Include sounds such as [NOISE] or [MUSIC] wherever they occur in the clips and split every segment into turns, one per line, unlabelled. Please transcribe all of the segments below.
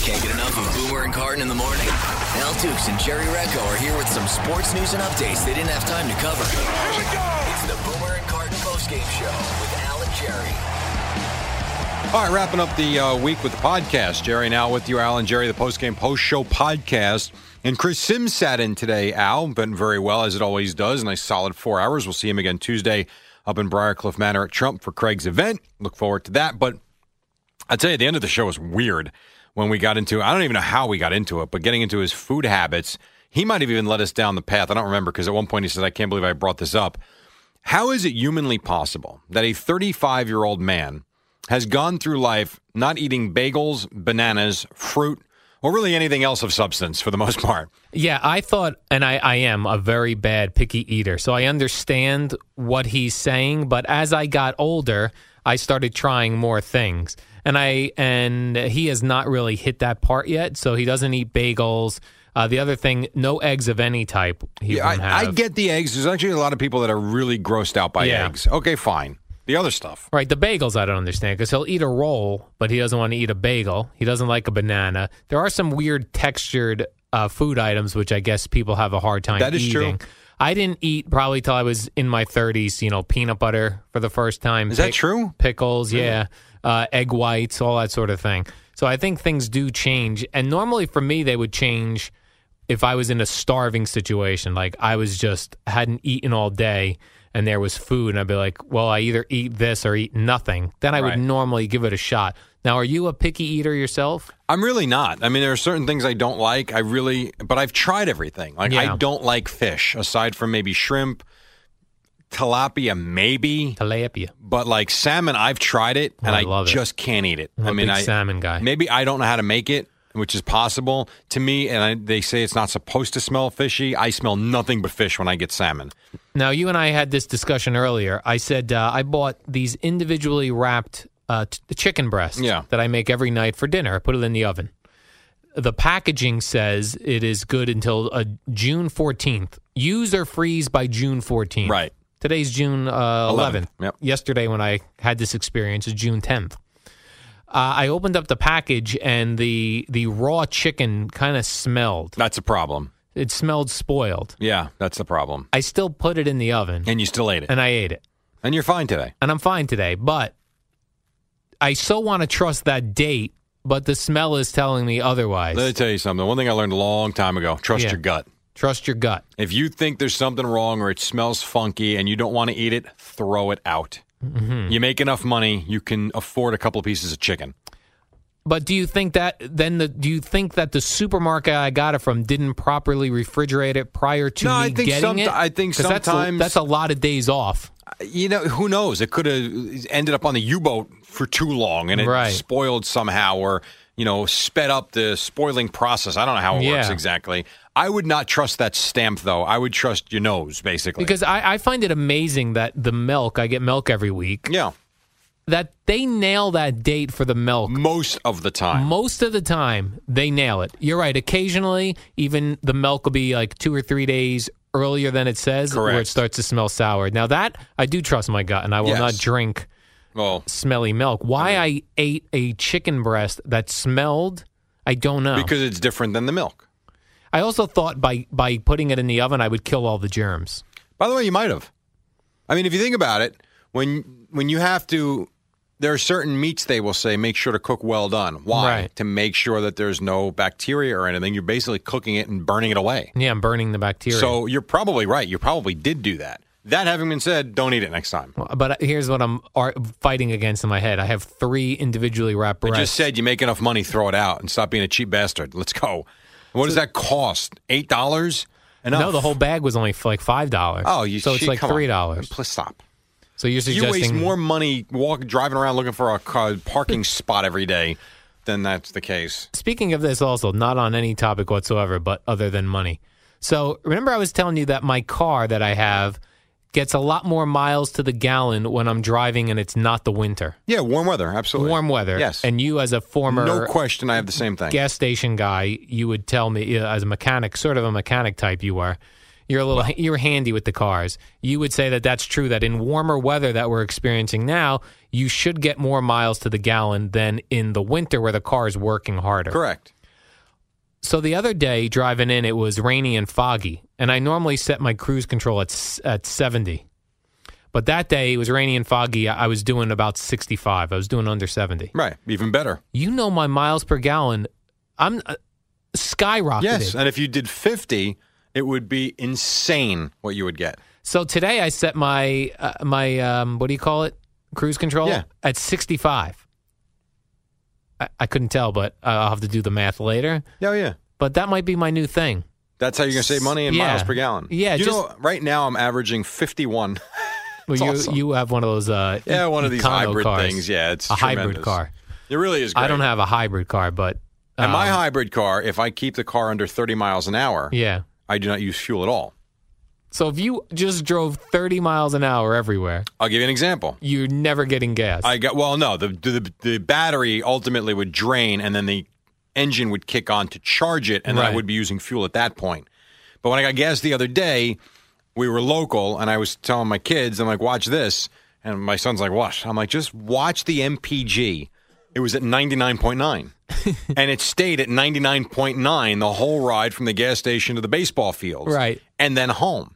Can't get enough of Boomer and Carton in the morning. Al Dukes and Jerry Recco are here with some sports news and updates they didn't have time to cover. Here we go! It's the Boomer and Carton postgame show with Al and Jerry.
All right, wrapping up the uh, week with the podcast. Jerry now with you, Al and Jerry, the postgame post show podcast. And Chris Sims sat in today, Al, been very well as it always does. Nice solid four hours. We'll see him again Tuesday up in Briarcliff Manor at Trump for Craig's event. Look forward to that. But I tell you, the end of the show was weird when we got into I don't even know how we got into it, but getting into his food habits. He might have even led us down the path. I don't remember because at one point he said, I can't believe I brought this up. How is it humanly possible that a 35 year old man has gone through life not eating bagels, bananas, fruit, or really anything else of substance for the most part?
Yeah, I thought, and I, I am a very bad picky eater, so I understand what he's saying. But as I got older, I started trying more things, and I and he has not really hit that part yet. So he doesn't eat bagels. Uh, the other thing, no eggs of any type. He
Yeah,
won't
I, I
have.
get the eggs. There's actually a lot of people that are really grossed out by
Yeah.
eggs. Okay, fine. The other stuff.
Right, the bagels I don't understand because he'll eat a roll, but he doesn't want to eat a bagel. He doesn't like a banana. There are some weird textured uh, food items which I guess people have a hard time.
That is true.
eating. I didn't eat probably till I was in my thirties. You know, peanut butter for the first time.
Is that
Pic-
true?
Pickles, yeah, uh, egg whites, all that sort of thing. So I think things do change, and normally for me they would change if I was in a starving situation, like I was just hadn't eaten all day and there was food, and I'd be like, well, I either eat this or eat nothing, then I
Right.
would normally give it a shot. Now, are you a picky eater yourself?
I'm really not. I mean, there are certain things I don't like. I really, but I've tried everything. Like, I
Yeah.
don't like fish, aside from maybe shrimp, tilapia, maybe.
Tilapia.
But like salmon, I've tried it and
I
I,
love it.
just can't eat it.
I'm a
I mean,
big
I,
salmon guy.
Maybe I don't know how to make it, which is possible to me. And I, they say it's not supposed to smell fishy. I smell nothing but fish when I get salmon.
Now, you and I had this discussion earlier. I said uh, I bought these individually wrapped uh, t- chicken breasts
Yeah.
that I make every night for dinner. I put it in the oven. The packaging says it is good until uh, June 14th. Use or freeze by June 14th.
Right.
Today's June uh,
11th.
11th.
Yep.
Yesterday, when I had this experience, is June 10th. Uh, I opened up the package and the the raw chicken kind of smelled.
That's a problem.
It smelled spoiled.
Yeah, that's the problem.
I still put it in the oven
And you still ate it.
and I ate it.
And you're fine today.
and I'm fine today, but I so want to trust that date, but the smell is telling me otherwise.
Let me tell you something. One thing I learned a long time ago trust
Yeah.
your gut.
trust your gut.
If you think there's something wrong or it smells funky and you don't want to eat it, throw it out.
Mm-hmm.
You make enough money, you can afford a couple pieces of chicken.
But do you think that then the, do you think that the supermarket I got it from didn't properly refrigerate it prior to
No,
me
I think
getting
somet-
it?
I think
'Cause that's a-
sometimes-
that's a, lot of days off.
You know, who knows? It could have ended up on the U boat for too long and it
Right.
spoiled somehow or, you know, sped up the spoiling process. I don't know how it works
Yeah.
exactly. I would not trust that stamp, though. I would trust your nose, basically.
Because I, I find it amazing that the milk I get milk every week
yeah,
that they nail that date for the milk
most of the time.
Most of the time, they nail it. You're right. Occasionally, even the milk will be like two or three days earlier than it says, where
Correct.
it starts to smell sour. Now that I do trust my gut, and I will
Yes.
not drink
well,
smelly milk. Why I ate a chicken breast that smelled, I don't know.
because it's different than the milk.
I also thought by by putting it in the oven, I would kill all the germs.
By the way, you might have. I mean, if you think about it, when when you have to, there are certain meats they will say make sure to cook well done. Why?
Right.
To make sure that there's no bacteria or anything. You're basically cooking it and burning it away.
Yeah, I'm burning the bacteria.
So you're probably right. You probably did do that. That having been said, don't eat it next time.
Well, But here's what I'm ar- fighting against in my head. I have three individually wrapped
I
breasts.
just said you make enough money, throw it out, and stop being a cheap bastard. Let's go. What does that cost? Eight dollars? Enough?
no, the whole bag was only f- like five dollars.
Oh, you
so it's
cheat.
like
Come on.
three dollars.
Please stop.
So you're
You
suggesting
waste more money walk driving around looking for a car, parking spot every day than that's the case.
Speaking of this, also not on any topic whatsoever, but other than money. So remember, I was telling you that my car that I have gets a lot more miles to the gallon when I'm driving, and it's not the winter,
Yeah, warm weather, absolutely.
warm weather.
Yes.
And you, as a former
no question, I have the same thing.
gas station guy, you would tell me uh, as a mechanic, sort of a mechanic type you are. You're a little, you're handy with the cars. You would say that that's true. That in warmer weather that we're experiencing now, you should get more miles to the gallon than in the winter where the car is working harder.
Correct.
So the other day driving in, it was rainy and foggy, and I normally set my cruise control at s- at seventy, but that day it was rainy and foggy. I I was doing about sixty five. I was doing under seventy
Right. Even better.
you know my miles per gallon i'm uh, skyrocketed
Yes. uh And if you did 50, it would be insane what you would get.
so today i set my uh, my um, what do you call it cruise control
Yeah.
at 65 I, I couldn't tell but i'll have to do the math later
Yeah, yeah.
but that might be my new thing
That's how you're going to save money in
Yeah.
miles per gallon.
Yeah,
You
just-
know, right now I'm averaging 51.
well,
It's
you
awesome.
you have one of those uh,
[LAUGHS] Yeah, one of these
Econo
hybrid
cars.
things. Yeah, it's
a
tremendous.
hybrid car
It really is great.
i don't have a hybrid car but
And my
um,
hybrid car, if I keep the car under 30 miles an hour,
yeah
I do not use fuel at all.
so if you just drove 30 miles an hour everywhere
I'll give you an example.
you're never getting gas
I got well, no, the, the the battery ultimately would drain, and then the engine would kick on to charge it, and then I
Right.
would be using fuel at that point. But when I got gas the other day, we were local, and I was telling my kids, I'm like, watch this, and my son's like, what? I'm like, just watch the MPG. It was at
[LAUGHS]
99.9, and it stayed at 99.9 the whole ride from the gas station to the baseball fields,
Right.
and then home,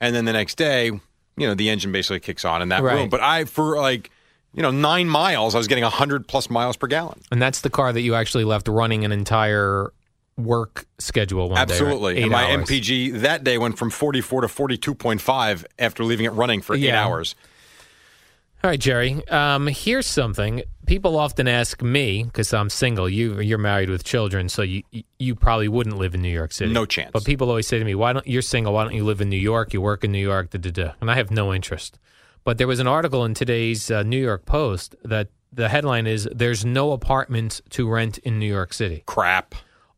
and then the next day, you know, the engine basically kicks on in that
Right.
room. But I for like you know nine miles, I was getting hundred plus miles per gallon.
And that's the car that you actually left running an entire work schedule one
Absolutely,
day. right? Eight
and my
hours.
MPG that day went from forty four to forty two point five after leaving it running for eight
Yeah.
hours.
All right, Jerry. Um, here's something people often ask me because I'm single. You you're married with children, so you you probably wouldn't live in New York City.
No chance.
But people always say to me, "Why don't you're single? Why don't you live in New York? You work in New York." Da, da, da. And I have no interest. But there was an article in today's uh, New York Post that the headline is "There's no apartments to rent in New York City."
Crap.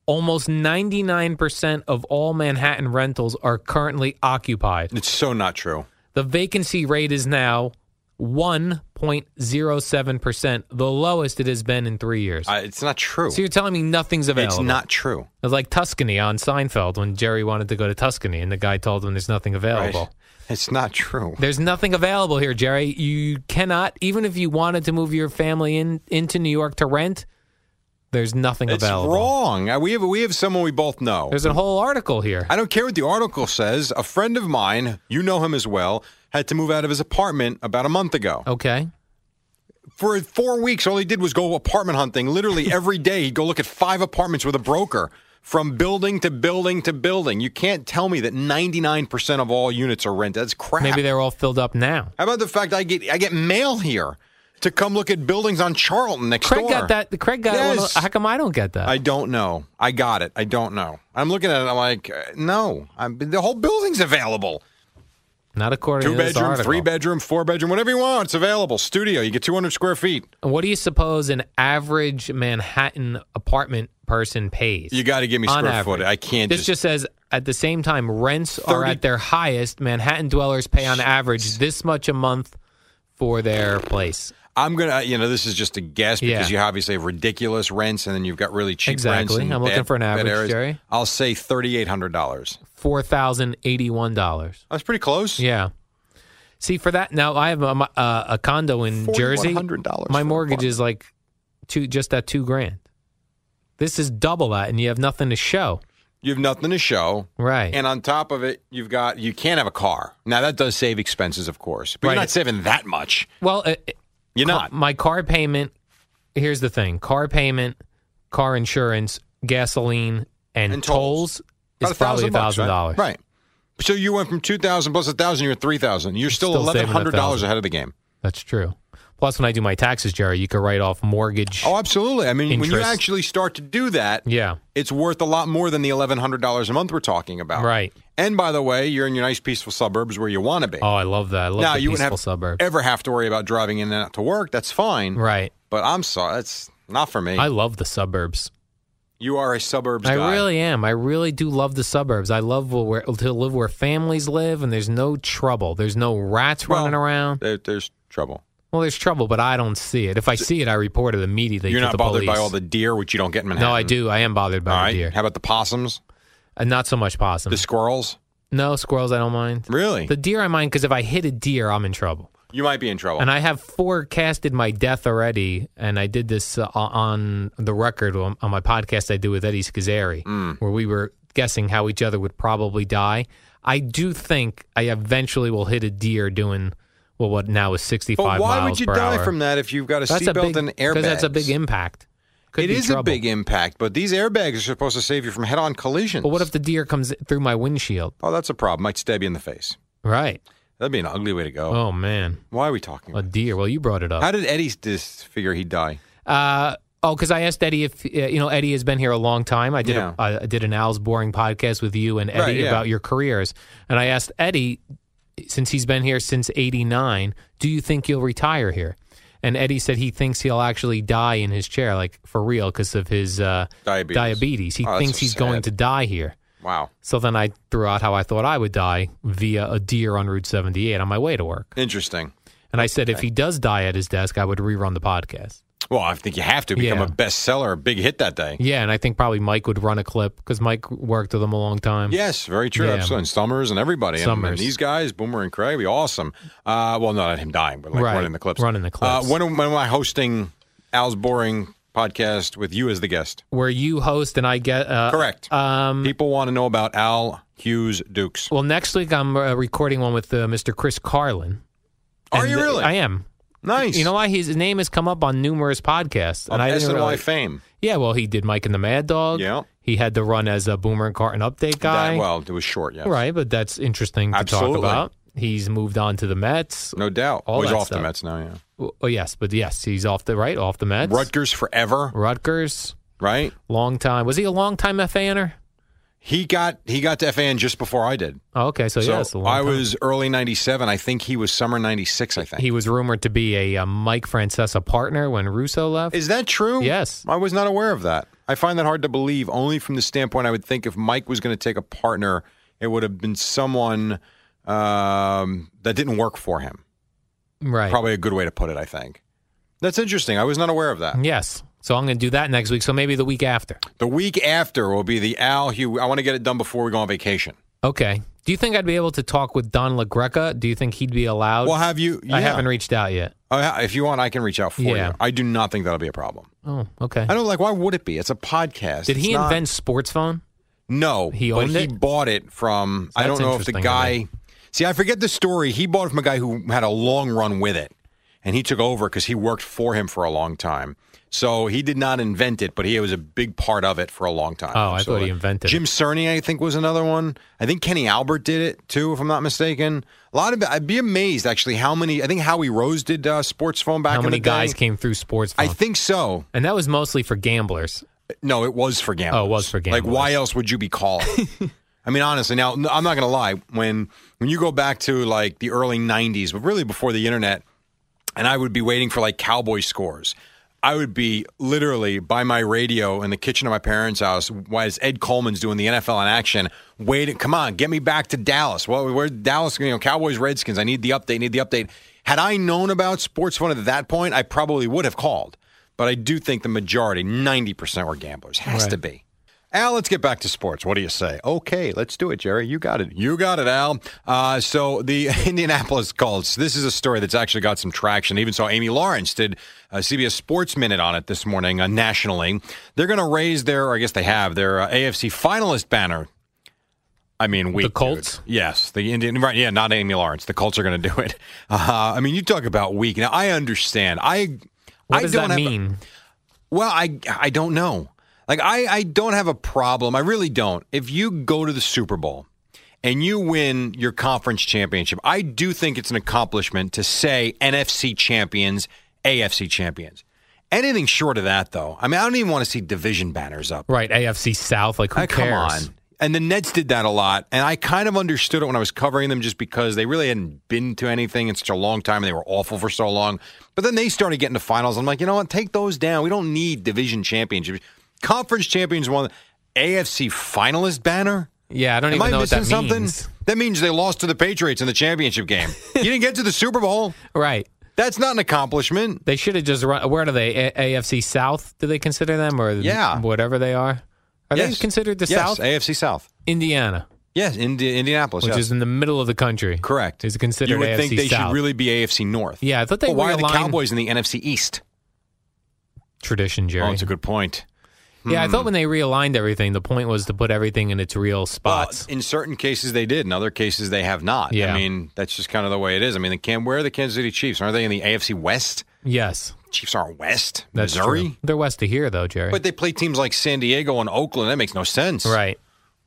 Almost 99% of all Manhattan rentals are currently occupied.
It's so not true.
The vacancy rate is now 1.07%, the lowest it has been in three years.
I, it's not true.
so you're telling me nothing's available?
It's not true.
It's like Tuscany on Seinfeld when Jerry wanted to go to Tuscany and the guy told him there's nothing available.
Right. It's not true.
There's nothing available here, Jerry. You cannot, even if you wanted to move your family in into New York to rent, there's nothing
It's
available.
wrong. I- We have we have someone we both know.
There's a whole article here.
I don't care what the article says. A friend of mine, you know him as well, had to move out of his apartment about a month ago.
Okay.
for four weeks, all he did was go apartment hunting.
[LAUGHS]
Literally every day, he'd go look at five apartments with a broker from building to building to building. You can't tell me that 99% of all units are rented. That's crap.
Maybe they're all filled up now.
How about the fact I get I get mail here to come look at buildings on Charlton next
Craig
door?
got that. Craig got one.
Yes.
How come I don't get that?
I don't know. I got it. I don't know. I'm looking at it. I'm like, uh, no. I'm, the whole building's available.
Not according
Two
to this
bedroom,
article.
three bedroom, four bedroom, whatever you want. It's available. Studio. You get 200 square feet.
What do you suppose an average Manhattan apartment person pays?
You got to give me
on
square
average?
footage. I can't
This
just
just, says at the same time rents are
30
at their highest. Manhattan dwellers pay on average this much a month for their place.
I'm gonna, uh, you know, this is just a guess because
Yeah.
you obviously have ridiculous rents, and then you've got really cheap rents.
Exactly.
and
I'm looking
bad-
for an
bad
average,
areas.
Jerry.
I'll say thirty-eight hundred dollars.
Four thousand eighty-one dollars.
That's pretty close.
Yeah. See for that now, I have a, mo- uh, a condo in Jersey.
$4,100 for
My
an
mortgage is like two, just at two grand. This is double that, and you have nothing to show.
You have nothing to show,
Right.
and on top of it, you've got you can't have a car. Now that does save expenses, of course, but
Right.
you're not saving that much.
well, uh,
You're
ca-
not.
my car payment. Here's the thing: car payment, car insurance, gasoline, and,
And tolls.
tolls,
About
is probably a
bucks,
thousand
right?
dollars.
Right. So you went from two thousand plus a thousand, you're three thousand. You're still
Still
eleven
saving
hundred dollars
1,000.
ahead of the game.
That's true. Plus, when I do my taxes, Jerry, you could write off mortgage.
Oh, absolutely. I mean, when you
Interest.
actually start to do that,
yeah,
it's worth a lot more than the eleven hundred dollars a month we're talking about.
right.
And by the way, you're in your nice peaceful suburbs where you want to be.
Oh, I love that. I love
now
the
you wouldn't
peaceful
have
suburb.
ever have to worry about driving in and out to work. That's fine.
right.
But I'm sorry, that's not for me.
I love the suburbs.
you are a suburbs guy.
I really am. I really do love the suburbs. I love where to live where families live, and there's no trouble. There's no rats
Well,
running around.
There, there's trouble.
Well, there's trouble, but I don't see it. If I see it, I report it immediately.
You're
to
not
the
bothered by
police.
all the deer, which you don't get in Manhattan.
No, I do. I am bothered by
All
the
right.
deer,
How about the possums,
and not so much possum.
the squirrels?
no squirrels, I don't mind.
Really?
The deer, I mind because if I hit a deer, I'm in trouble.
you might be in trouble.
And I have forecasted my death already, and I did this uh, on the record on, on my podcast I do with Eddie Scazzeri,
Mm.
where we were guessing how each other would probably die. I do think I eventually will hit a deer doing well, what now is sixty-five
but why
miles
would you
per
die
hour.
from that if you've got a
That's a
seatbelt
big
and airbags?
because that's a big impact. Could
It
be
is
trouble.
a big impact, but these airbags are supposed to save you from head-on collisions.
But what if the deer comes through my windshield?
Oh, that's a problem. Might stab you in the face.
Right.
That'd be an ugly way to go.
Oh man,
Why are we talking?
a
About
deer. Well, you brought it
that?
up.
How did Eddie dis- figure he'd die?
Uh, oh, because I asked Eddie if uh, you know Eddie has been here a long time. I did
Yeah.
a, I I did an Al's boring podcast with you and Eddie
Right, yeah.
about your careers, and I asked Eddie since he's been here since '89, do you think you'll retire here? And Eddie said he thinks he'll actually die in his chair, like for real, because of his uh,
Diabetes.
diabetes. He
Oh, that's
thinks
so
he's going
sad.
to die here.
Wow.
So then I threw out how I thought I would die via a deer on Route 78 on my way to work.
Interesting.
And I said, if he does die at his desk, I would rerun the podcast.
Well, I think you have to become
Yeah.
a bestseller, a big hit that day.
Yeah, and I think probably Mike would run a clip because Mike worked with him a long time.
Yes, very true.
Yeah.
Absolutely. And Summers and everybody. And- And,
Summers.
these guys, Boomer and Craig, be awesome. Uh, well, not him dying, but like
Right.
running the clips.
Running the clips.
Uh, when, am- when am I hosting Al's Boring podcast with you as the guest?
Where you host and I get uh,
Correct.
Um,
People want to know about Al Hughes Dukes.
well, next week I'm uh, recording one with uh, Mr. Chris Carlin.
Are
And,
you
uh,
really?
I am.
Nice.
You know why his name has come up on numerous podcasts,
Of
I didn't
SNY
really-
fame.
Yeah, well, he did Mike and the Mad Dog.
Yeah.
he had to run as a Boomer and Carton update guy.
That- well, it was short, yes.
right, but that's interesting to
Absolutely.
talk about. He's moved on to the Mets.
No doubt.
All
Well, he's
that
off the
stuff.
Mets now, yeah.
Oh yes, but yes, he's off the right, off the Mets.
Rutgers forever,
Rutgers,
right?
long time. Was he a long time FANer?
He got he got to FAN just before I did.
Oh, okay, so, yeah, it's a
so
long
I
time.
was early '97. I think he was summer '96. I think
He was rumored to be a, uh Mike Francesa partner when Russo left.
Is that true?
Yes.
I was not aware of that. I find that hard to believe, only from the standpoint I would think if Mike was going to take a partner, it would have been someone um, that didn't work for him.
right.
Probably a good way to put it, I think. That's interesting. I was not aware of that.
Yes. So I'm going to do that next week. So maybe the week after.
The week after will be the Al Hugh. I want to get it done before we go on vacation.
Okay. Do you think I'd be able to talk with Don LaGreca? Do you think he'd be allowed?
Well, have you? yeah.
I haven't reached out yet.
Oh, yeah, if you want, I can reach out for
Yeah.
you. I do not think that'll be a problem.
Oh, okay.
I don't like. Why would it be? It's a podcast.
Did
It's
he
not-
invent Sports Phone?
No,
He
but
owned
he
it?
bought it from. I
that's
don't know if the
interesting to
guy.
me.
See, I forget the story. He bought it from a guy who had a long run with it, and he took over because he worked for him for a long time. So he did not invent it, but he was a big part of it for a long time.
Oh, I
So,
thought he
uh,
invented
Jim Cerny, I think, was another one. I think Kenny Albert did it too, if I'm not mistaken. A lot of. I'd be amazed actually how many. I think Howie Rose did uh, sports phone back.
How
in
many
the day.
guys came through Sports Phone?
I think so.
and that was mostly for gamblers.
No, it was for gamblers.
Oh, it was for
Like, why else would you be
[LAUGHS]
calling? I mean, honestly, now n- I'm not going to lie. When when you go back to like the early '90s, but really before the internet, and I would be waiting for like cowboy scores. I would be literally by my radio in the kitchen of my parents' house as Ed Coleman's doing the NFL in action. Waiting, come on, get me back to Dallas. Well, where Dallas? You know, Cowboys, Redskins. I need the update. Need the update. Had I known about sports phone at that point, I probably would have called. But I do think the majority, ninety percent, were gamblers. Has to be. Al, let's get back to sports. What do you say? Okay, let's do it, Jerry. You got it. You got it, Al. Uh, so the [LAUGHS] Indianapolis Colts. This is a story that's actually got some traction. Even so, Amy Lawrence did a CBS Sports Minute on it this morning uh, nationally. They're going to raise their, I guess they have their uh, AFC finalist banner. I mean, we
The Colts?
Yes, the Indian. Right? Yeah, not Amy Lawrence. The Colts are going to do it. [LAUGHS] Uh, I mean, you talk about weak. Now, I understand. I.
What
I
does
don't
that
have a-
mean?
well, I I don't know. Like I I don't have a problem. I really don't. If you go to the Super Bowl and you win your conference championship, I do think it's an accomplishment to say NFC champions, AFC champions. Anything short of that, though, I mean, I don't even want to see division banners up.
Right, AFC South. Like who
Uh,
cares?
Come on. And the Nets did that a lot, and I kind of understood it when I was covering them, just because they really hadn't been to anything in such a long time, and they were awful for so long. But then they started getting to finals. I'm like, you know what? Take those down. We don't need division championships. Conference champions won AFC finalist banner.
Yeah, I don't
Am
even
I
know what
missing
that
something?
means.
That means they lost to the Patriots in the championship
[LAUGHS]
game. you didn't get to the Super Bowl.
Right.
That's not an accomplishment.
They should have just run. Where are they? A- AFC South? Do they consider them or
Yeah.
whatever they are? Are
Yes.
they considered the
Yes,
South?
AFC South.
Indiana,
Yes, Indi- Indianapolis.
which
yes.
is in the middle of the country,
Correct.
is considered
You would
AFC
think they
South.
should really be AFC North.
Yeah, I thought they
But why are the
realigned-
Cowboys in the NFC East?
tradition, Jerry.
Oh, it's a good point.
yeah, I thought when they realigned everything, the point was to put everything in its real spots.
Hmm. But in certain cases they did, in other cases they have not. I
Yeah.
mean, that's just kind of the way it is. I mean, the Cam, where are the Kansas City Chiefs? Aren't they in the AFC West?
yes,
Chiefs aren't West.
that's
Missouri.
true. They're west of here, though, Jerry.
But they play teams like San Diego and Oakland. That makes no sense.
right.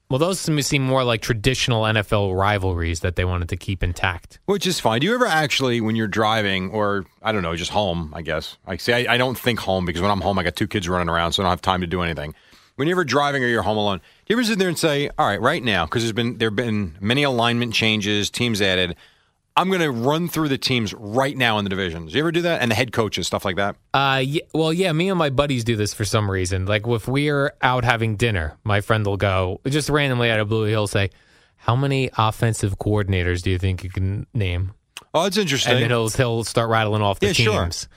Well, those to me seem more like traditional NFL rivalries that they wanted to keep intact.
Which is fine. Do you ever actually, when you're driving, or I don't know, just home? I guess. I see. I, I don't think home because when I'm home, I got two kids running around, so I don't have time to do anything. When you're ever driving or you're home alone, do you ever sit there and say, "All right, right now," because there's been there've been many alignment changes, teams added. I'm going to run through the teams right now in the divisions. You ever do that? And the head coaches, stuff like that.
Uh, yeah, well, yeah, me and my buddies do this for some reason. Like, if we're out having dinner, my friend will go just randomly out of blue. He'll say, "How many offensive coordinators do you think you can name?"
Oh, that's interesting.
And then he'll he'll start rattling off the
Yeah, sure.
teams.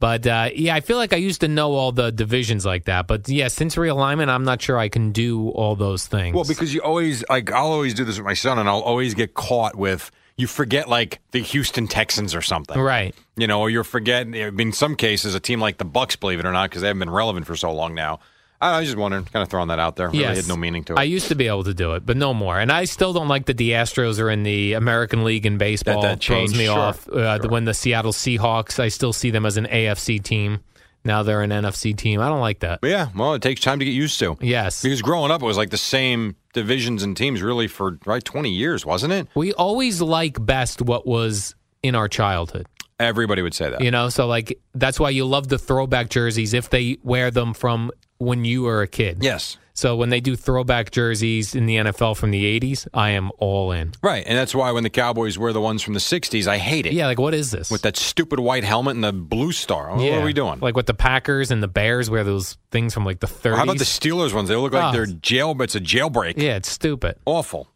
But uh, yeah, I feel like I used to know all the divisions like that. But yeah, since realignment, I'm not sure I can do all those things.
Well, because you always like I'll always do this with my son, and I'll always get caught with you forget like the Houston Texans or something.
right,
you know, or you're forgetting. I mean, in some cases, a team like the Bucks, believe it or not, because they haven't been relevant for so long now. I, I was just wondering, kind of throwing that out there. Really
yes,
had no meaning to it.
I used to be able to do it, but no more. And I still don't like that the Astros are in the American League in baseball.
that
throws
changed,
me
sure,
off. Uh, the- When the Seattle Seahawks, I still see them as an AFC team. Now they're an NFC team. I don't like that.
but yeah, well, it takes time to get used to.
Yes,
Because growing up, it was like the same divisions and teams really for right twenty years, wasn't it?
we always like best what was in our childhood.
Everybody would say that.
You know, so like that's why you love the throwback jerseys if they wear them from when you were a kid.
Yes,
So when they do throwback jerseys in the NFL from the 80s, I am all in.
right, and that's why when the Cowboys wear the ones from the '60s, I hate it.
Yeah, like what is this?
with that stupid white helmet and the blue star. Oh,
yeah.
What are we doing?
Like with the Packers and the Bears wear those things from like the 30s.
How about the Steelers ones? They look like
Ah.
they're jail. It's a jailbreak.
Yeah, it's stupid.
Awful.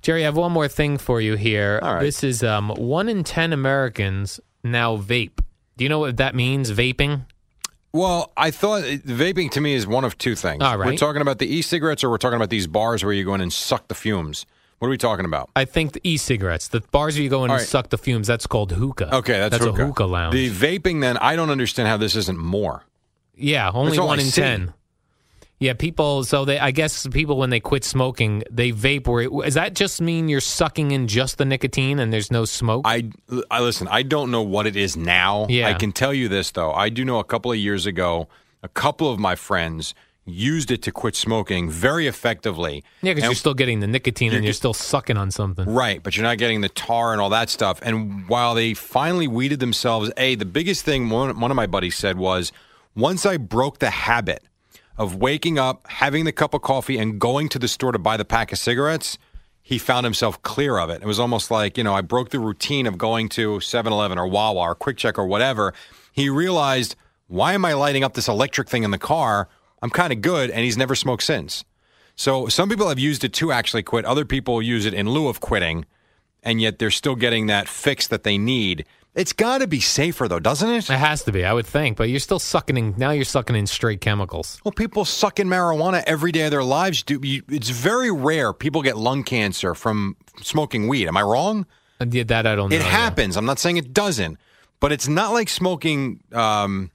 Jerry, I have one more thing for you here.
All right.
This is um 1 in 10 Americans now vape. Do you know what that means, vaping?
Well, I thought uh, vaping to me is one of two things.
All
We're
right.
talking about the e-cigarettes, or we're talking about these bars where you go in and suck the fumes. What are we talking about?
I think the e-cigarettes, the bars where you go in
All
and
right.
suck the fumes, that's called hookah.
Okay, that's,
a hookah lounge.
The vaping, then I don't understand how this isn't more.
Yeah, only
all
one
I
in
see.
ten. Yeah, people. So they, I guess, people when they quit smoking, they vape. Where it- does that just mean you're sucking in just the nicotine and there's no smoke?
I, I listen. I don't know what it is now.
Yeah.
I can tell you this though. I do know a couple of years ago, a couple of my friends used it to quit smoking very effectively.
yeah, because
And-
you're still getting the nicotine and
You're
you're
get-
still sucking on something.
Right, but you're not getting the tar and all that stuff. And while they finally weeded themselves, a the biggest thing one, one of my buddies said was, once I broke the habit of waking up, having the cup of coffee, and going to the store to buy the pack of cigarettes, he found himself clear of it. It was almost like you know I broke the routine of going to 7-Eleven or Wawa or Quick Check or whatever. He realized why am I lighting up this electric thing in the car? I'm kind of good, and he's never smoked since. So some people have used it to actually quit. Other people use it in lieu of quitting, and yet they're still getting that fix that they need. It's got to be safer, though, doesn't
It
it?
has to be, I would think. But you're still sucking in. Now you're sucking in straight chemicals.
Well, people suck in marijuana every day of their lives. Do you, it's very rare people get lung cancer from smoking weed. Am I wrong?
I did that. I don't.
It
know, Uh, Oh, yeah.
happens. I'm not saying it doesn't, but it's not like smoking um,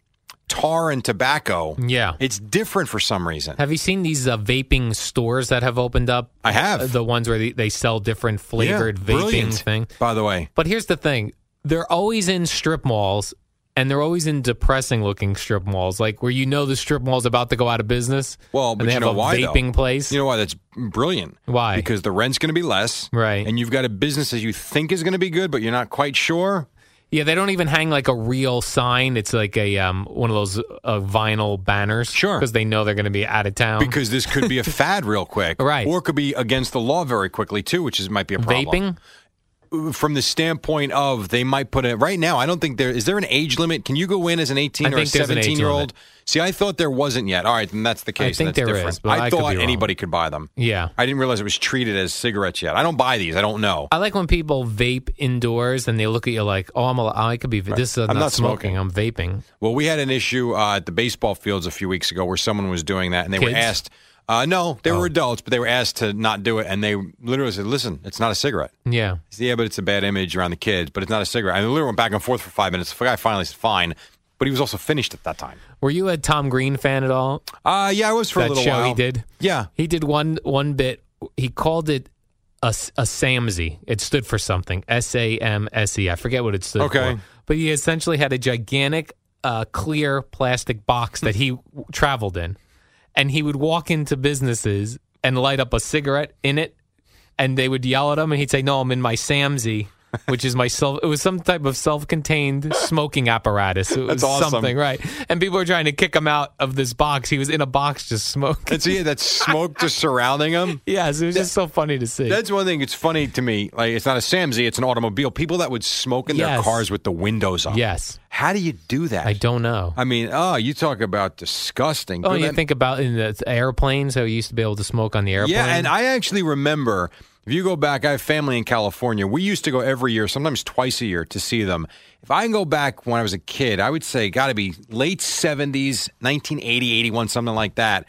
tar and tobacco.
Yeah.
it's different for some reason.
Have you seen these uh, vaping stores that have opened up? Uh,
I have.
the ones where they, they sell different
Yeah,
flavored vaping
brilliant,
thing.
By the way,
But here's the thing: they're always in strip malls, and they're always in depressing looking strip malls, like where you know the strip mall's about to go out of business.
Well,
and
but
they
you
have
know
a
why though?
vaping place.
You know why? That's brilliant.
Why?
Because the rent's going to be less.
Right.
And you've got a business that you think is going to be good, but you're not quite sure.
yeah, they don't even hang like a real sign. It's like a um, one of those uh, vinyl banners,
Sure.
because they know they're going to be out of town.
Because this could
[LAUGHS]
be a fad real quick.
Um, Right.
Or it could be against the law very quickly, too, which is might be a problem.
vaping,
From the standpoint of they might put it right now, I don't think there is there an age limit? Can you go in as an 18
I
or a
think there's an age
17 year old? See, I thought there wasn't yet. All right, then that's the case.
think
that's
there
different.
is, but I could be
thought
wrong.
anybody could buy them.
yeah.
I didn't realize it was treated as cigarettes yet. I don't buy these. I don't know.
I like when people vape indoors and they look at you like, "Oh, I'm a, I could be this is
I'm not smoking.
I'm vaping."
Well, we had an issue uh, at the baseball fields a few weeks ago where someone was doing that, and they were
Kids? Oh.
asked. Uh, no, they were adults, but they were asked to not do it, and they literally said, "Listen, it's not a cigarette."
Yeah.
I said, yeah, but it's a bad image around the kids, but it's not a cigarette. And they literally went back and forth for five minutes. The guy finally said, "Fine," but he was also finished at that time.
Were you a Tom Green fan at all?
Uh, yeah, I was for a
that
little
show
while.
he did.
Yeah,
He did one one bit. He called it a, s- a SAMSE. It stood for something. S A M S E. I forget what it stood
Okay.
for. But he essentially had a gigantic uh, clear plastic box that he w- traveled in, and he would walk into businesses and light up a cigarette in it, and they would yell at him, and he'd say, "No, I'm in my SAMSE." Which is my self. It was some type of self-contained smoking apparatus. It was
That's awesome.
something, right? And people were trying to kick him out of this box. He was in a box just smoking.
that's yeah, that's smoke just surrounding [LAUGHS] him.
Yes, it was just so funny to see.
That's one thing. It's funny to me. Like it's not a Samsy, it's an automobile. People that would smoke in their
Yes.
cars with the windows up.
yes,
How do you do that?
I don't know.
I mean, oh, you talk about disgusting.
oh,
Go
you
that-
think about in the airplanes how you used to be able to smoke on the airplane.
Yeah, and I actually remember. If you go back, I have family in California. We used to go every year, sometimes twice a year, to see them. If I can go back when I was a kid, I would say got to be late 70s, 1980, 81, something like that.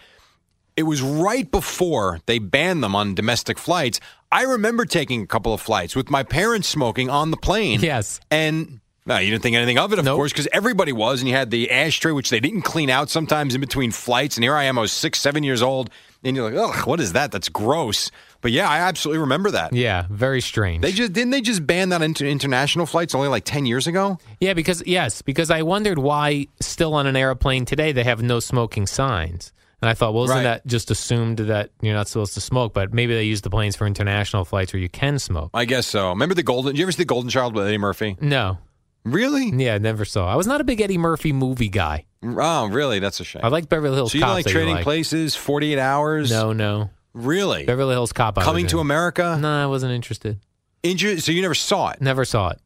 It was right before they banned them on domestic flights. I remember taking a couple of flights with my parents smoking on the plane.
Yes.
And no, you didn't think anything of it, of
Nope.
course, because everybody was. And you had the ashtray, which they didn't clean out sometimes in between flights. And here I am, I was six, seven years old. And you're like, ugh, what is that? That's gross. But yeah, I absolutely remember that.
yeah, very strange.
They just didn't they just ban that into international flights only like 10 years ago?
yeah, because yes, because I wondered why still on an airplane today they have no smoking signs. And I thought, well, isn't
Right.
that just assumed that you're not supposed to smoke? But maybe they use the planes for international flights where you can smoke.
I guess so. Remember the Golden? Did you ever see the Golden Child with Eddie Murphy?
No,
Really?
yeah, I never saw. I was not a big Eddie Murphy movie guy.
Oh, really? That's a shame.
I like Beverly Hills
so you
Cop.
like
that
Trading
like.
Places, 48 Hours?
No, no,
Really?
Beverly Hills Cop. I was
Coming
in.
to America?
No, I wasn't interested.
Inju- so you never saw it?
Never saw it.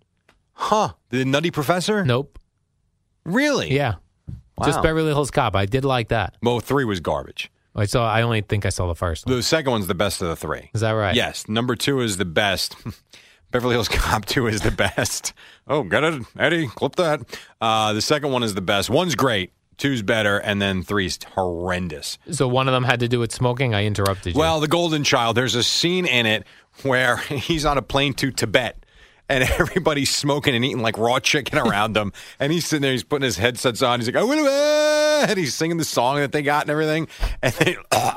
Huh. The Nutty Professor?
[LAUGHS] Nope.
Really?
Yeah. Just
Wow.
Beverly Hills Cop. I did like that.
Mo three was garbage.
I saw. I only think I saw the first one.
The second one's the best of the three.
Is that right?
Yes, number two is the best. [LAUGHS] Beverly Hills Cop two is the [LAUGHS] best. Oh, got it, Eddie. Clip that. Uh, the second one is the best. One's great. Two's better, and then three's horrendous.
So one of them had to do with smoking. I interrupted you.
Well, the Golden Child. There's a scene in it where [LAUGHS] he's on a plane to Tibet. And [LAUGHS] everybody's smoking and eating like raw chicken around him. And he's sitting there, he's putting his headsets on. He's like, I will, uh," and he's singing the song that they got and everything. And then [LAUGHS]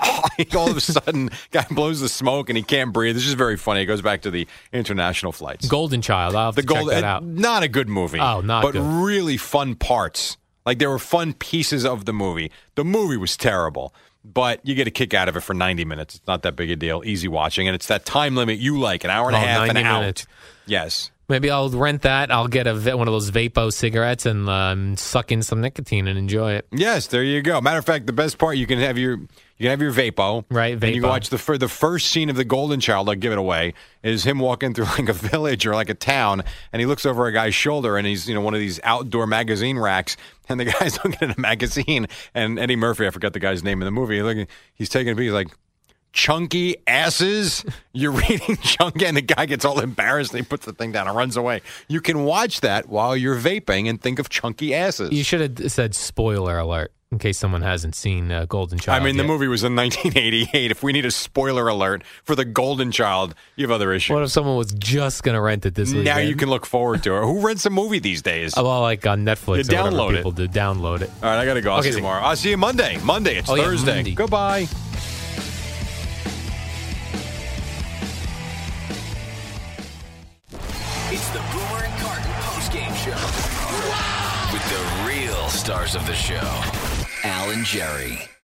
all of a sudden, [LAUGHS] guy blows the smoke and he can't breathe. This is very funny. It goes back to the international flights.
Golden Child. I'll have
the
to
Golden,
check that out.
Not a good movie.
Oh, not
But
good.
really fun parts. Like there were fun pieces of the movie. The movie was terrible, but you get a kick out of it for 90 minutes. It's not that big a deal. Easy watching. And it's that time limit you like an hour and a
Oh,
half and
90
out.
minutes.
Yes.
Maybe I'll rent that. I'll get a va- one of those Vapo cigarettes and um, suck in some nicotine and enjoy it.
Yes, there you go. Matter of fact, the best part you can have your you can have your vapo,
Right,
And you can
vapo.
watch the fir- the first scene of the Golden Child. I'll give it away. Is him walking through [LAUGHS] like a village or like a town, and he looks over a guy's shoulder, and he's you know one of these outdoor magazine racks, [LAUGHS] and the guy's looking at a magazine, and Eddie Murphy, I forgot the guy's name in the movie. Looking, he's taking a peek, he's like. Chunky asses, [LAUGHS] you're reading chunky, and the guy gets all embarrassed and he puts the thing down and runs away. You can watch that while you're vaping and think of chunky asses.
You should have d- said spoiler alert in case someone hasn't seen uh, Golden Child.
I mean, the
yet.
movie was in 1988. If we need a spoiler alert for The Golden Child, you have other issues.
What if someone was just going to rent it this weekend?
now you can look forward to it. Who rents a movie these days?
Oh, well, like on Netflix.
You
or whatever
download it.
people do download it.
All right, I got to go. I'll
Okay,
see you
see.
tomorrow. I'll see you Monday. Monday, it's
Oh, yeah,
Thursday.
Monday.
Goodbye.
It's the Boomer and Carton postgame show. With the stars of the show, Al and Jerry.